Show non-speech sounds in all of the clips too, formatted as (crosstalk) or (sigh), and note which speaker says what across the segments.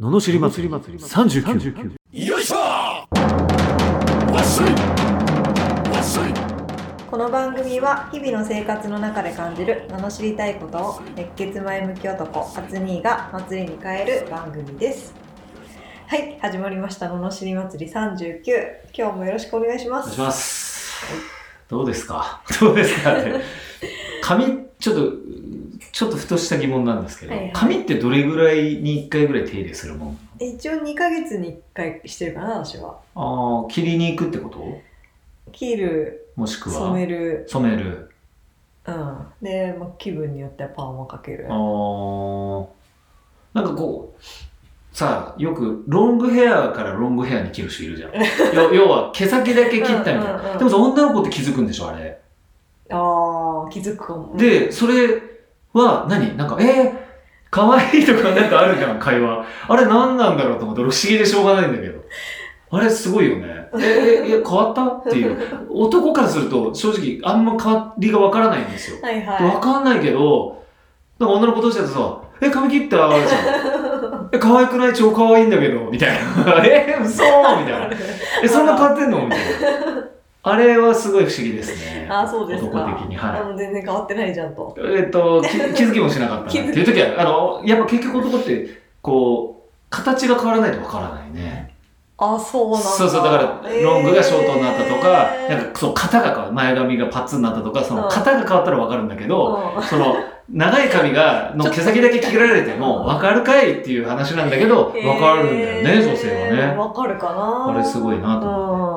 Speaker 1: ののしり祭り39
Speaker 2: よいしょわっしょいわっしょい
Speaker 3: この番組は日々の生活の中で感じる罵りたいことを熱血前向き男アツニーが祭りに変える番組ですはい始まりました罵り祭り39今日もよろしくお願いしま
Speaker 1: お願い
Speaker 3: す
Speaker 1: しますどうですかどうですか
Speaker 3: (laughs)
Speaker 1: ね髪ちょっとちょっとふとした疑問なんですけど、
Speaker 3: はいはい
Speaker 1: 髪ってどれぐらいに1回ぐらい手入れするもん
Speaker 3: 一応2ヶ月に1回してるかな私は
Speaker 1: ああ切りに行くってこと
Speaker 3: 切る
Speaker 1: もしくは
Speaker 3: 染める
Speaker 1: 染める
Speaker 3: うんで、まあ、気分によってはパーマかける
Speaker 1: あーなんかこうさあよくロングヘアからロングヘアに切る人いる
Speaker 3: (laughs)
Speaker 1: じゃん要要は毛先だけ切ったみたいな、
Speaker 3: うんうんうん
Speaker 1: でもさ女の子って気づくんでしょあれ
Speaker 3: あー気づくかも
Speaker 1: で、それは何、なんか、えー、可愛いとかなんかある
Speaker 3: (laughs)
Speaker 1: じゃん、会話。あれ何なんだろうと思って、俺不思議でしょうがないんだけど。あれすごいよね。え、え、いや、変わったっていう。男からすると、正直、あんま変わりがわからないんですよ。
Speaker 3: はい
Speaker 1: わ
Speaker 3: は
Speaker 1: かんないけど、なんか女の子同士だとさ、え、髪切ったじゃ
Speaker 3: (laughs)
Speaker 1: ん。え、可愛くない超可愛いんだけど、みたいな。 (laughs) え、嘘みたいな。
Speaker 3: い
Speaker 1: え、そんな変わってんのみたいな。あれはすごい不思議ですね。
Speaker 3: あーそうですか
Speaker 1: 男的に、はい。
Speaker 3: (laughs) あの全然変わってないじゃんと
Speaker 1: えっと、き気づきもしなかったなっていう時は、あの、やっぱ結局男って、こう、形が変わらないとわからないね。
Speaker 3: あそうなんだ
Speaker 1: そうそう、だから、ロングがショートになったとか、なんか、そう、型が変わる。前髪がパッツンになったとか、その、
Speaker 3: うん
Speaker 1: 型が変わったらわかるんだけど、
Speaker 3: うん
Speaker 1: その、長い髪が、の毛先だけ切られても、わかるかいっていう話なんだけど、わかるんだよね、女性はね。
Speaker 3: わかるかな
Speaker 1: あれすごいなと思って。
Speaker 3: うん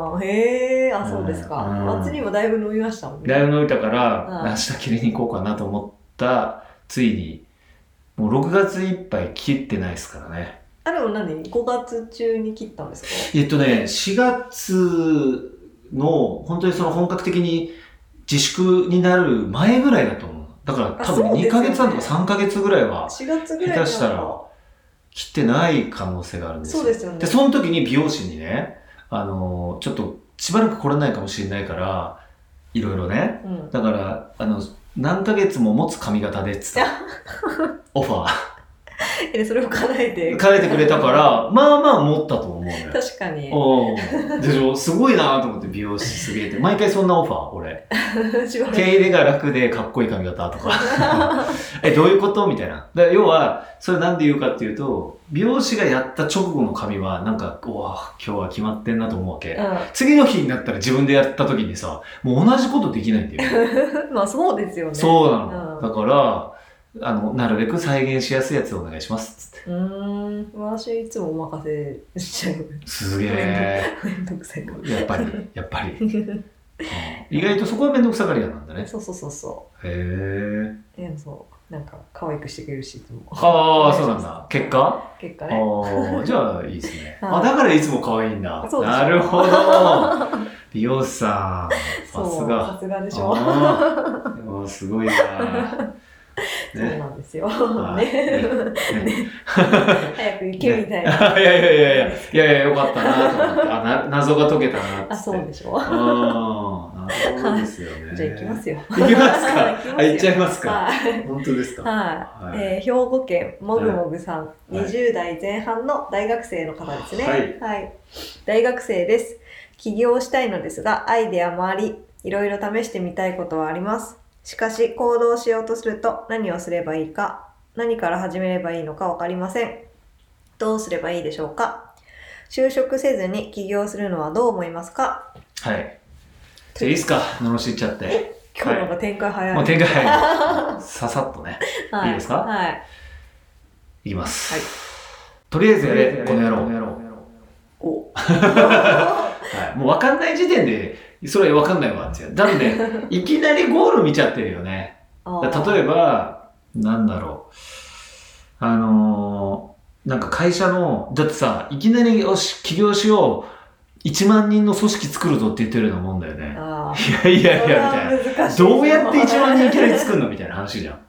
Speaker 3: へえあそうですか
Speaker 1: うん
Speaker 3: 松にもだいぶ伸びましたもん
Speaker 1: ライ
Speaker 3: ね
Speaker 1: ブの歌から、
Speaker 3: うん
Speaker 1: 明日切りに行こうかなと思った、ついに、もう6月いっぱい切ってないですからね。
Speaker 3: あでも何5月中に切ったんですか
Speaker 1: えっとね、4月の、本当にその本格的に自粛になる前ぐらいだと思う。だから多分
Speaker 3: あそうです
Speaker 1: 2
Speaker 3: よ
Speaker 1: ヶ
Speaker 3: ね
Speaker 1: 月半とか3ヶ月ぐらいは
Speaker 3: 4月ぐらいから
Speaker 1: 下手したら切ってない可能性があるんですよ。
Speaker 3: そうですよね
Speaker 1: で、その時に美容師にね、あの、ちょっとしばらく来れないかもしれないから、いろいろね。
Speaker 3: うん
Speaker 1: だから、あの、何ヶ月も持つ髪型でっつ (laughs) った。オファ
Speaker 3: えそれを叶えて
Speaker 1: ー。変えてくれたから、まあまあ持ったと思うのよ。
Speaker 3: 確かに
Speaker 1: (laughs) おおでしょすごいなと思って美容師すげえって毎回そんなオファー俺
Speaker 3: しばらく
Speaker 1: 手入れが楽でかっこいい髪型と (laughs) かえどういうことみたいなだから要はそれなんで言うかっていうと美容師がやった直後の髪はなんかうわ今日は決まってんなと思うわけ、次の日になったら自分でやった時にさもう同じことできないんだよ
Speaker 3: うんまあそうですよね
Speaker 1: そうなの、
Speaker 3: うん
Speaker 1: だからあのなるべく再現しやすいやつお願いしますつって
Speaker 3: うーん私いつもお任せしちゃう
Speaker 1: すげ
Speaker 3: (laughs)
Speaker 1: え
Speaker 3: めんどくさいから
Speaker 1: やっぱりやっぱり意外とそこは面倒くさがり屋なんだね
Speaker 3: (laughs) そうそうそうそ
Speaker 1: へえ
Speaker 3: うでもそうなんか可愛くしてくれるしいつ
Speaker 1: (laughs)
Speaker 3: も
Speaker 1: ああ、そうなんだ。結果
Speaker 3: 結
Speaker 1: あ
Speaker 3: 果
Speaker 1: あ
Speaker 3: ね (laughs)
Speaker 1: ー、じゃあいいですね。
Speaker 3: はい
Speaker 1: あ、だからいつも可愛いんだ。
Speaker 3: そうでしょ
Speaker 1: なるほ
Speaker 3: (laughs)
Speaker 1: ど。美容師さん。さ
Speaker 3: そう
Speaker 1: す
Speaker 3: さ
Speaker 1: が。
Speaker 3: すがでしょ
Speaker 1: あーもうすごい
Speaker 3: (laughs)
Speaker 1: な。
Speaker 3: そう
Speaker 1: ね。
Speaker 3: なんですよ。
Speaker 1: はい
Speaker 3: ね、
Speaker 1: ね
Speaker 3: 早く行けみたい
Speaker 1: い
Speaker 3: な。
Speaker 1: (laughs) やいやいやいや、いやいや、よかったなと思って。あ、な謎が解けたなって。
Speaker 3: あ、そうでしょ。
Speaker 1: あーなるほどですよね。
Speaker 3: (laughs) じゃあ行きま。すよ。
Speaker 1: 行きますか
Speaker 3: 行きますよ
Speaker 1: あ、行っちゃいますか。
Speaker 3: はい。
Speaker 1: 本当ですか。
Speaker 3: は、
Speaker 1: はいい
Speaker 3: えー兵庫県もぐもぐさん、
Speaker 1: いはい
Speaker 3: 20代前半の大学生の方ですね。
Speaker 1: はい
Speaker 3: 大学生です。起業したいのですが、アイデアもあり、いろいろ試してみたいことはあります。しかし、行動しようとすると、何をすればいいか、何から始めればいいのかわかりません。どうすればいいでしょうか就職せずに起業するのはどう思いますか
Speaker 1: はい。じゃあいいっすか。罵っちゃって。
Speaker 3: 今日なんか展開早い。
Speaker 1: もう展開早い。ささっとね。
Speaker 3: はい
Speaker 1: いですか
Speaker 3: はい。
Speaker 1: いきます。
Speaker 3: はい
Speaker 1: とりあえずやれ、この野郎。
Speaker 3: (laughs) お。
Speaker 1: はい、もう分かんない時点で、それは分かんないわっていう。だって、いきなりゴール見ちゃってるよね。
Speaker 3: あ
Speaker 1: だ
Speaker 3: ー
Speaker 1: 例えば、なんだろう。あのーなんか会社の、だってさ、いきなり、よし、起業しよう。1万人の組織作るぞって言ってるようなもんだよね。
Speaker 3: あー
Speaker 1: いやいやいや、みたいな。どうやって1万人いきなり
Speaker 3: る
Speaker 1: 作るのみたいな話じゃん。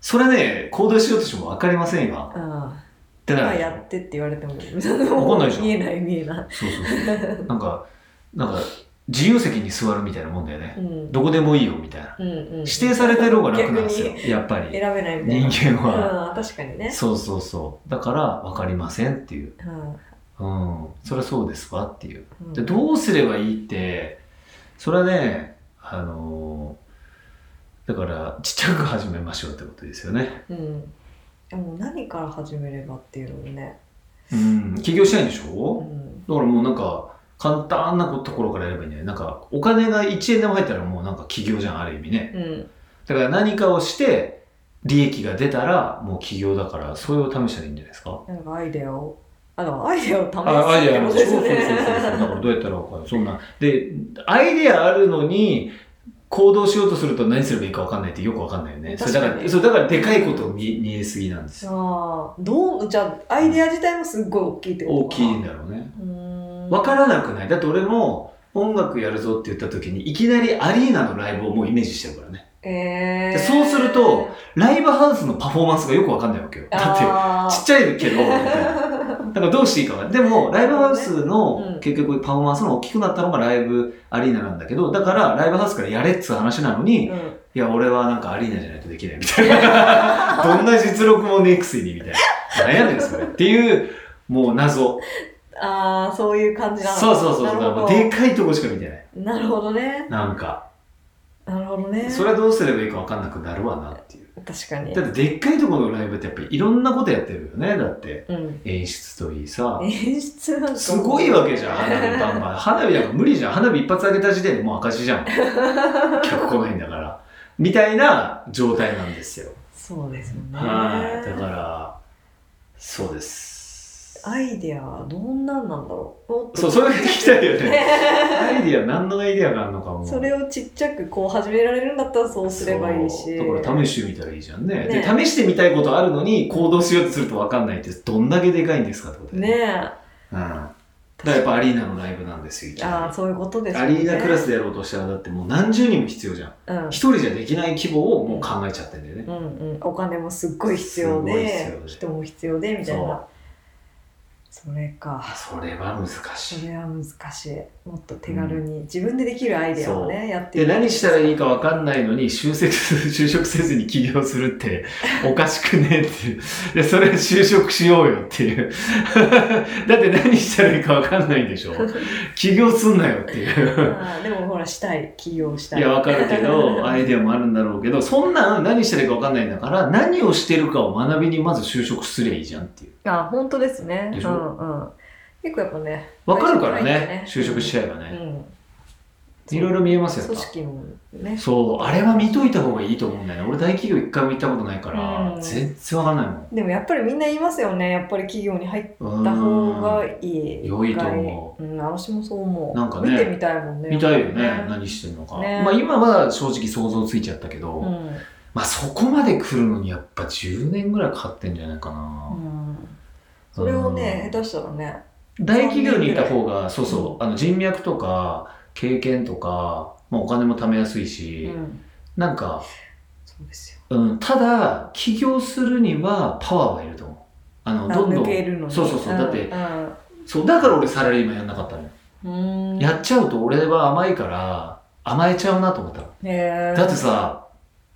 Speaker 1: それね、行動しようとしても分かりませんよ。だから
Speaker 3: 今やってって言われても
Speaker 1: わかんないでしょ
Speaker 3: 見えない見えない
Speaker 1: そうそうそう。なんか、なんか、自由席に座るみたいなもんだよね
Speaker 3: う。ん
Speaker 1: どこでもいいよみたいな。
Speaker 3: うんうん、
Speaker 1: 指定されてる方が楽なんですよ
Speaker 3: 逆。
Speaker 1: やっぱり。
Speaker 3: 選べないみたいな
Speaker 1: 人間は。
Speaker 3: うん、確かにね、
Speaker 1: そうそうそう。だから、わかりませんっていう。
Speaker 3: うん
Speaker 1: うん。それはそうですわっていう。
Speaker 3: うん
Speaker 1: で、どうすればいいって、それはね、あのーだから、ちっちゃく始めましょうってことですよね。
Speaker 3: うん、でも何から始めればっていうのもね、
Speaker 1: うん。起業したいんでしょ
Speaker 3: うん、
Speaker 1: だからもうなんか、簡単なところからやればいいんだよね。なんか、お金が1円でも入ったらもうなんか起業じゃん、ある意味ね。
Speaker 3: うん、
Speaker 1: だから何かをして、利益が出たら、もう起業だから、それを試したらいいんじゃないですか。
Speaker 3: なんかアイデアをあのアイデアを試す
Speaker 1: あアイデアあ
Speaker 3: っ
Speaker 1: る
Speaker 3: て
Speaker 1: そう
Speaker 3: こ
Speaker 1: そう
Speaker 3: と
Speaker 1: そうそうそう。だからどうやったらわかるそんな。で、アイデアあるのに、行動しようとすると何すればいいかわかんないってよくわかんないよね。それだか、
Speaker 3: 確からに
Speaker 1: それだからでかいことを見見えすぎなんですよ。
Speaker 3: ああどうじゃあアイデア自体もすっごい大きいってこと
Speaker 1: 大
Speaker 3: か
Speaker 1: きいんだろうね。
Speaker 3: うん
Speaker 1: わからなくないだって俺も音楽やるぞって言った時に、いきなりアリーナのライブをもうイメージしてるからね。で
Speaker 3: えー、
Speaker 1: そうするとライブハウスのパフォーマンスがよくわかんないわけよ。だって、
Speaker 3: あ
Speaker 1: ちっちゃいけど、みたいな。だからどうしていいかわかんないでも、ライブハウス
Speaker 3: うん
Speaker 1: の、結局パフォーマンスの大きくなったのがライブアリーナなんだけど、だからライブハウスからやれっつう話なのに、い
Speaker 3: ー
Speaker 1: や、俺はなんかアリーナじゃないとできないみたいな。
Speaker 3: (laughs)
Speaker 1: どんな実力もねえくせに、みたいな。悩んでるんですよね。っていう、もう謎。
Speaker 3: うん、あーそういう感じなの
Speaker 1: そうそうそう。
Speaker 3: な
Speaker 1: だ
Speaker 3: る
Speaker 1: から
Speaker 3: ほど
Speaker 1: もうでかいとこしか見てない。
Speaker 3: なるほどね
Speaker 1: なんか、
Speaker 3: なるほどね
Speaker 1: それはどうすればいいかわかんなくなるわなっていう。
Speaker 3: 確かに
Speaker 1: だってでっかいところのライブってやっぱりいろんなことやってるよね。だって、
Speaker 3: うん
Speaker 1: 演出といいさ。
Speaker 3: 演出なんかもう
Speaker 1: すごいわけじゃん、花火バンバン。花火なんか無理じゃん。花火一発上げた時点でもう赤字じゃん。
Speaker 3: (laughs)
Speaker 1: 客来ないんだから。みたいな状態なんですよ。
Speaker 3: そうですよね
Speaker 1: はい。だから、そうです。
Speaker 3: アイデアはどんなんなんだろうもっと
Speaker 1: そう、それが聞きたいよね。アイディア、何のアイディアがあるのかも。
Speaker 3: それをちっちゃくこう始められるんだったらそうすればいいし
Speaker 1: そうだから試してみたらいいじゃんね
Speaker 3: ね
Speaker 1: で。試してみたいことあるのに行動しようとすると分かんないってどんだけでかいんですかってことだよ
Speaker 3: ね
Speaker 1: ね。う
Speaker 3: え
Speaker 1: ん。だからやっぱアリーナのライブなんですよ、いきなり
Speaker 3: ああそういうことです
Speaker 1: アリーナクラスでやろうとしたらだってもう何十人も必要じゃん。
Speaker 3: うん
Speaker 1: 一人じゃできない規模をもう考えちゃってんだよね。
Speaker 3: うんうん、お金もすっごい必要
Speaker 1: すご
Speaker 3: で
Speaker 1: い必要で
Speaker 3: 人も必要でみたいなそれか
Speaker 1: それは難
Speaker 3: そ
Speaker 1: しい。
Speaker 3: れは難しいもっと手軽に、自分でできるアイデアをねやって
Speaker 1: で、何したらいい
Speaker 3: か
Speaker 1: か分かんないのに就職す、 (laughs) 就職せずに起業するっておかしくねえっていう。で、それ就職しようよっていう。 (laughs) だって何したらいいか分かんないんでしょ起業すんなよって
Speaker 3: (laughs)
Speaker 1: いう。
Speaker 3: でもほらしたい起業した
Speaker 1: い
Speaker 3: い
Speaker 1: や、わかるけど、アイデアもあるんだろうけど、そんなん何したらいいか分かんないんだから、何をしてるかを学びにまず就職すりゃいいじゃんっていう。
Speaker 3: あ本当ですね
Speaker 1: でしょ
Speaker 3: うんうん、結構やっぱね
Speaker 1: 分かるから
Speaker 3: 会社
Speaker 1: ね
Speaker 3: 入ってね
Speaker 1: 就職しちゃえば
Speaker 3: う
Speaker 1: ね、
Speaker 3: ん
Speaker 1: いろいろ見えますよ
Speaker 3: 組
Speaker 1: やっ
Speaker 3: 織もね
Speaker 1: ぱそうあれは見といた方がいいと思うんだよね俺大企業一回も行ったことないから、
Speaker 3: うん
Speaker 1: 全然わかんないもん
Speaker 3: でもやっぱりみんな言いますよねやっぱり企業に入っ
Speaker 1: う
Speaker 3: た方が
Speaker 1: ん
Speaker 3: いい
Speaker 1: 良いと思
Speaker 3: う、うん、私もそう思う
Speaker 1: なんかね
Speaker 3: 見てみたいもんね
Speaker 1: 見たいよね何してんのか、
Speaker 3: ね
Speaker 1: まあ今は正直想像ついちゃったけど、
Speaker 3: うん
Speaker 1: まあそこまで来るのにやっぱ10年ぐらいかかってんじゃないかな、
Speaker 3: うんそれをね、下手したらね、
Speaker 1: 大企業にいた方がそうそうあの人脈とか経験とか、まあ、お金も貯めやすいうし、
Speaker 3: ん、
Speaker 1: なんか
Speaker 3: そうですよ。
Speaker 1: うん、ただ起業するにはパワーはいると思うあのどんど
Speaker 3: 抜け
Speaker 1: ん
Speaker 3: るのに
Speaker 1: そうそうそうだって
Speaker 3: うん
Speaker 1: そうだから俺サラリーマンやんなかったのよ、
Speaker 3: うん、
Speaker 1: やっちゃうと俺は甘いから甘えちゃうなと思ったの
Speaker 3: ね
Speaker 1: だってさ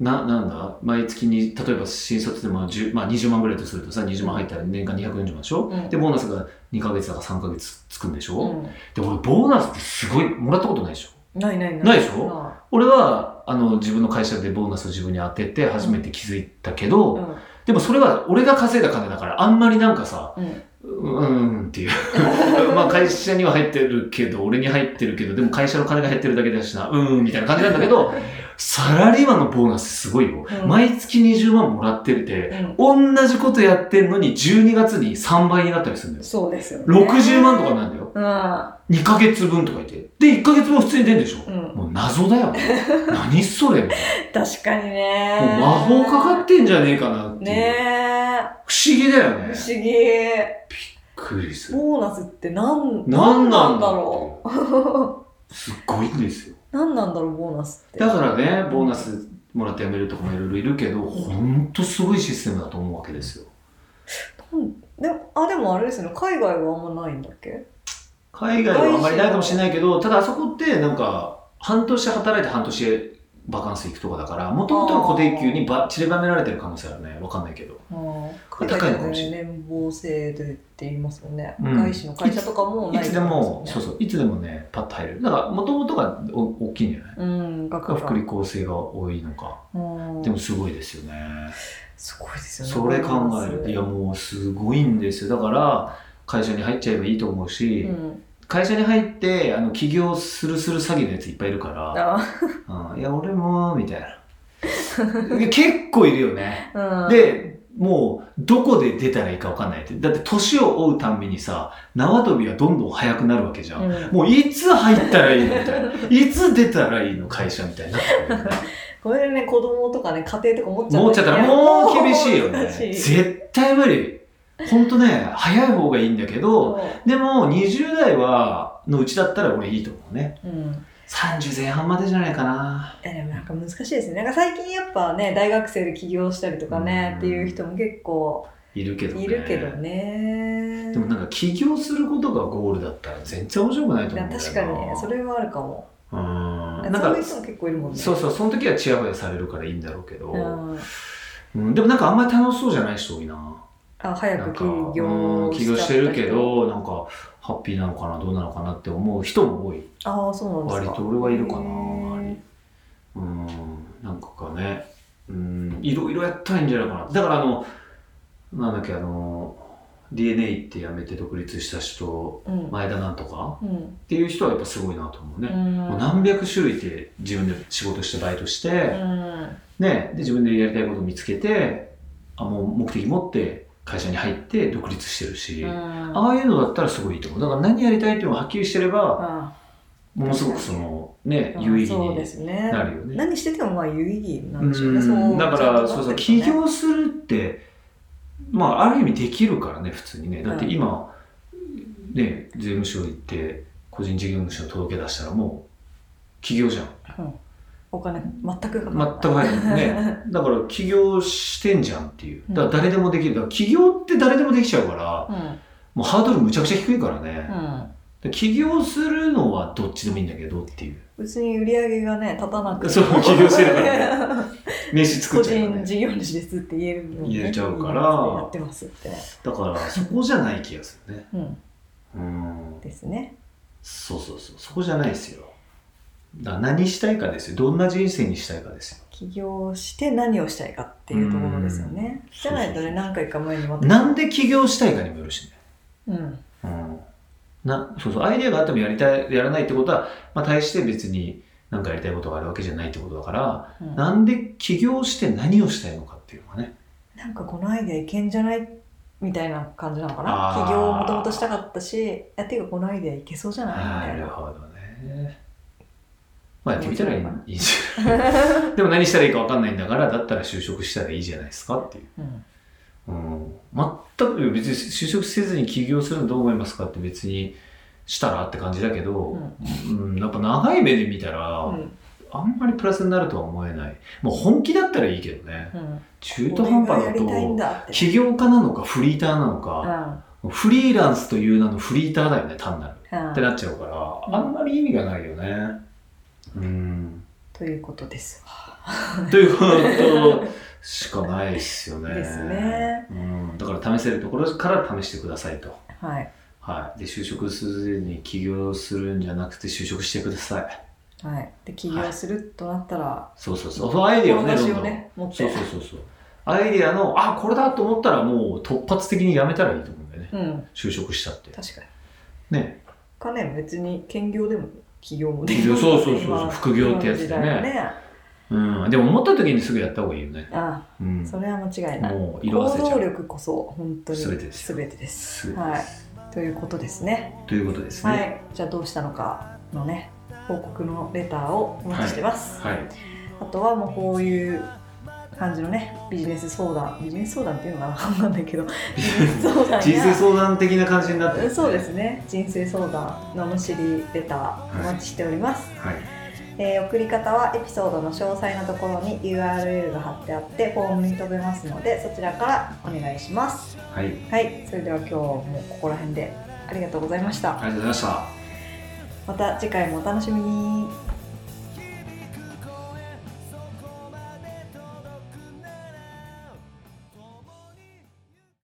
Speaker 1: ななんだ毎月に例えば新卒でも10、まあ、20万ぐらいとするとさ20万入ったら年間240万でしょ、
Speaker 3: うん
Speaker 1: でボーナスが2ヶ月だか3ヶ月つくんでし
Speaker 3: う
Speaker 1: ょ、
Speaker 3: ん、
Speaker 1: で俺ボーナスってすごいもらったことないでしょ
Speaker 3: ないないない。
Speaker 1: ないでしょ俺はあの自分の会社でボーナスを自分に当てて初めて気づいたけど、
Speaker 3: うん、
Speaker 1: でもそれは俺が稼いだ金だから、あんまりなんかさ、
Speaker 3: うん
Speaker 1: ううーんっていう。 (laughs) まあ会社には入ってるけど、俺に入ってるけど、でも会社の金が減ってるだけだしな、うーんみたいな感じなんだけど、サラリーマンのボーナスすごいよ。
Speaker 3: うん
Speaker 1: 毎月20万もらってて、
Speaker 3: うん、
Speaker 1: 同じことやってんのに12月に3倍になったりするんだよ。
Speaker 3: そうですよ、ね。
Speaker 1: 60万とかになるんだよ。
Speaker 3: か
Speaker 1: 2ヶ月分とか言って。で、1ヶ月分普通に出るんでしょ。
Speaker 3: うん、うん、
Speaker 1: もう謎だ
Speaker 3: (laughs)
Speaker 1: よ。何それみたい
Speaker 3: 確かにね。
Speaker 1: な。もう魔法かかってんじゃねえかなっていう。
Speaker 3: ね
Speaker 1: 不思議だよ
Speaker 3: え、
Speaker 1: ね。
Speaker 3: 不思議。
Speaker 1: クイズ。
Speaker 3: ボーナスってなん、
Speaker 1: 何なん
Speaker 3: だ
Speaker 1: だ
Speaker 3: ろ
Speaker 1: ろう。すっごいんですよ。
Speaker 3: う。なんなんだろう、ボーナスって。
Speaker 1: だからね、ボーナスもらって辞めるとかもいろいろいるけど、ほんとすごいシステムだと思うわけですよ。
Speaker 3: うんでも、あ、でもあれですね、海外はあんまないんだっけ
Speaker 1: 海外はあんまりないかもしれないけど、ただあそこってなんか、半年働いて半年バカンス行くとかだから、もともとの固定給にば散りばめられてる可能性あるね。わかんないけど。
Speaker 3: あ
Speaker 1: これ
Speaker 3: 海
Speaker 1: 高い
Speaker 3: 外
Speaker 1: のかもしれ
Speaker 3: で年俸制でって言いますよね、
Speaker 1: うん
Speaker 3: 外資の会社とかも
Speaker 1: い
Speaker 3: ない
Speaker 1: つでも、そう
Speaker 3: う
Speaker 1: そう、いつでもね、パッと入れる。だから、もともとがお大きいんじゃない
Speaker 3: うん額
Speaker 1: が
Speaker 3: が
Speaker 1: 福利厚生が多いのか。
Speaker 3: うん
Speaker 1: でもすごいですよね。
Speaker 3: すごいですよね
Speaker 1: それ考えると、いやもうすごいんですよ。だから、会社に入っちゃえばいいと思うし、
Speaker 3: うん、
Speaker 1: 会社に入って、あの、起業するする詐欺のやついっぱいいるから、
Speaker 3: あ
Speaker 1: うんいや、俺も、みたいな。いや (laughs) 結構いるよね。
Speaker 3: うん、
Speaker 1: で、もう、どこで出たらいいか分かんないって。だって、年を追うたんびにさ、縄跳びはどんどん速くなるわけじゃ。
Speaker 3: うんん、
Speaker 1: もう、いつ入ったらいいのみたいな。いつ出たらいいの会社みたいになってくるよね。
Speaker 3: これでね子供とかね家庭とか持っちゃ
Speaker 1: もうちゃったら、もう厳しいよ
Speaker 3: (laughs)
Speaker 1: ね。
Speaker 3: 難しい
Speaker 1: 絶対無理。ほんとね、早い方がいいんだけど、でも、20代は、のうちだったら俺いいと思うね。
Speaker 3: うん
Speaker 1: 30前半までじゃないかな。
Speaker 3: いやでもなんか難しいですねなんか最近やっぱね大学生で起業したりとかね、
Speaker 1: うん
Speaker 3: っていう人も結構
Speaker 1: いるけどね。
Speaker 3: いるけどね
Speaker 1: でもなんか起業することがゴールだったら全然面白くないと思うんだよな
Speaker 3: 確かにねそれはあるかも
Speaker 1: うーんなん
Speaker 3: そうい
Speaker 1: か
Speaker 3: う人も結構いるもんね
Speaker 1: そうそうその時はチヤホヤされるからいいんだろうけど、
Speaker 3: うん
Speaker 1: うんでもなんかあんまり楽しそうじゃない人多いな
Speaker 3: あ早
Speaker 1: なん
Speaker 3: く
Speaker 1: か
Speaker 3: 起業
Speaker 1: うん起業してるけどなんかハッピーなのかなどうなのかなって思う人も多い
Speaker 3: ああそうなんです
Speaker 1: 割
Speaker 3: か
Speaker 1: と俺はいるかな
Speaker 3: へー
Speaker 1: 周りうんなんかかねうんいろいろやったらいいんじゃないかなだからあのなんだっけあの DNA ってやめて独立した人
Speaker 3: うん
Speaker 1: 前田なんとか
Speaker 3: うん
Speaker 1: っていう人はやっぱすごいなと思う
Speaker 3: う
Speaker 1: ね、
Speaker 3: ん
Speaker 1: もう何百種類って自分で仕事してバイトして、
Speaker 3: うん
Speaker 1: ね、で自分でやりたいことを見つけてあもう目的持って会社に入って独立してるし、
Speaker 3: うん
Speaker 1: ああいうのだったらすごいいいと思うだから何やりたいっていうのがはっきりしてれば
Speaker 3: あ
Speaker 1: ものすごくそのね
Speaker 3: ー
Speaker 1: 有意義
Speaker 3: そう
Speaker 1: に
Speaker 3: ですね
Speaker 1: なるよね
Speaker 3: 何しててもまあ有意義な
Speaker 1: うん
Speaker 3: でしょうね
Speaker 1: んだから
Speaker 3: ちゃ
Speaker 1: そ
Speaker 3: ん
Speaker 1: う
Speaker 3: と
Speaker 1: そ
Speaker 3: な
Speaker 1: う
Speaker 3: って
Speaker 1: 起
Speaker 3: るとね
Speaker 1: 業するってまあある意味できるからね普通にねだって今、ね税務署行って個人事業主の届け出したらもう起業じゃん
Speaker 3: お金全くかか
Speaker 1: 全く
Speaker 3: ない
Speaker 1: 入らない
Speaker 3: (laughs)
Speaker 1: ねだから起業してんじゃんっていうだから誰でもできるだから起業って誰でもできちゃうからもうハードルむちゃくちゃ低いからね、だ
Speaker 3: う
Speaker 1: か
Speaker 3: んうん
Speaker 1: ら起業するのはどっちでもいいんだけどっていう
Speaker 3: 別に売り上げがね立たなくて
Speaker 1: そう
Speaker 3: も
Speaker 1: 起業してるから名刺作
Speaker 3: 個
Speaker 1: っちゃうよ
Speaker 3: 人
Speaker 1: ね
Speaker 3: 事業主ですって言えるのね
Speaker 1: 言えちゃうから
Speaker 3: やってますってね、
Speaker 1: だからそこじゃない気がするね
Speaker 3: うん、
Speaker 1: うん
Speaker 3: ですね
Speaker 1: そうそうそうそこじゃないですよだから何したいかですよどんな人生にしたいかですよ
Speaker 3: 起業して何をしたいかっていうところですよね
Speaker 1: ん
Speaker 3: じゃないと
Speaker 1: そうそうそう
Speaker 3: ね何回か前にまた
Speaker 1: なんで起業したいかにもよるしね
Speaker 3: うん
Speaker 1: うんなそうそうアイデアがあってもやりたいやらないってことは、まあ、大して別に何かやりたいことがあるわけじゃないってことだから、
Speaker 3: うんな
Speaker 1: なんで起業して何をしたいのかっていうのがね
Speaker 3: んかこのアイデアいけんじゃないみたいな感じなのか
Speaker 1: あ
Speaker 3: な
Speaker 1: ー
Speaker 3: 起業をもともとしたかったしいやていうかこのアイデアいけそうじゃないみ
Speaker 1: な
Speaker 3: たい
Speaker 1: る
Speaker 3: な
Speaker 1: ほどねまあやってみたらいいいいんじゃないでも何したらいいか分かんないんだからだったら就職したらいいじゃないですかっていう、
Speaker 3: うん
Speaker 1: うん、全く別に就職せずに起業するのどう思いますかって別にしたらって感じだけ
Speaker 3: う
Speaker 1: ど、
Speaker 3: ん
Speaker 1: うんやっぱ長い目で見たら、
Speaker 3: うん
Speaker 1: あんまりプラスになるとは思えない。もう本気だったらいいけどね。
Speaker 3: うん
Speaker 1: 中途半端だ
Speaker 3: 俺がやりたいん
Speaker 1: と、
Speaker 3: だって
Speaker 1: 起業家なのかフリーターなの
Speaker 3: う
Speaker 1: か、
Speaker 3: ん
Speaker 1: フリーランスという名のフリーターだよね、単なる。
Speaker 3: うん
Speaker 1: ってなっちゃうから、あんまり意味がないよね。うん。
Speaker 3: ということですわ
Speaker 1: ということしかないですよね。
Speaker 3: ですね
Speaker 1: うん。だから試せるところから試してくださいと。
Speaker 3: はい
Speaker 1: はい。で、就職するに起業するんじゃなくて就職してください。
Speaker 3: はいで起業するとなったら
Speaker 1: そうそうそう。そのアイデアをね、ど
Speaker 3: 志
Speaker 1: ん
Speaker 3: を
Speaker 1: どん。
Speaker 3: ね持っ
Speaker 1: そう
Speaker 3: て
Speaker 1: そうそうそう。アイデアの、あ、これだと思ったらもう突発的にやめたらいいと思うんだよね。
Speaker 3: うん
Speaker 1: 就職したって。
Speaker 3: 確かに
Speaker 1: ね。
Speaker 3: かね別に兼業でも起業もで
Speaker 1: で
Speaker 3: き
Speaker 1: き
Speaker 3: る
Speaker 1: るそうそうそう
Speaker 3: 今
Speaker 1: 副業ってやつでね
Speaker 3: 今の時代はね
Speaker 1: うん。でも思った時にすぐやった方がいいよね。
Speaker 3: あ
Speaker 1: うん。
Speaker 3: それは間違いない
Speaker 1: もう色あ
Speaker 3: 行
Speaker 1: せちゃう。
Speaker 3: 動力こそ本当に
Speaker 1: 全てですよ
Speaker 3: 全てです
Speaker 1: 全てで
Speaker 3: はいということですね
Speaker 1: ということです
Speaker 3: は
Speaker 1: ね。
Speaker 3: いじゃあどうしたのかのね報告のレターをお待ちしてます、
Speaker 1: はい。
Speaker 3: あとはもうこういう感じのねビジネス相談ビジネス相談っていうのかな (laughs) わかんないけどビジネス相談や
Speaker 1: 人生相談的な感じになって。
Speaker 3: うんそうですすね人生相談のむしりレターお待ちしております、
Speaker 1: はい。
Speaker 3: えー送り方はエピソードの詳細のところに URL が貼ってあってフォームに飛べますのでそちらからお願いします
Speaker 1: はい。
Speaker 3: はいそれでは今日もここら辺でありがとうございました
Speaker 1: ありがとうございました。
Speaker 3: また次回もお楽しみに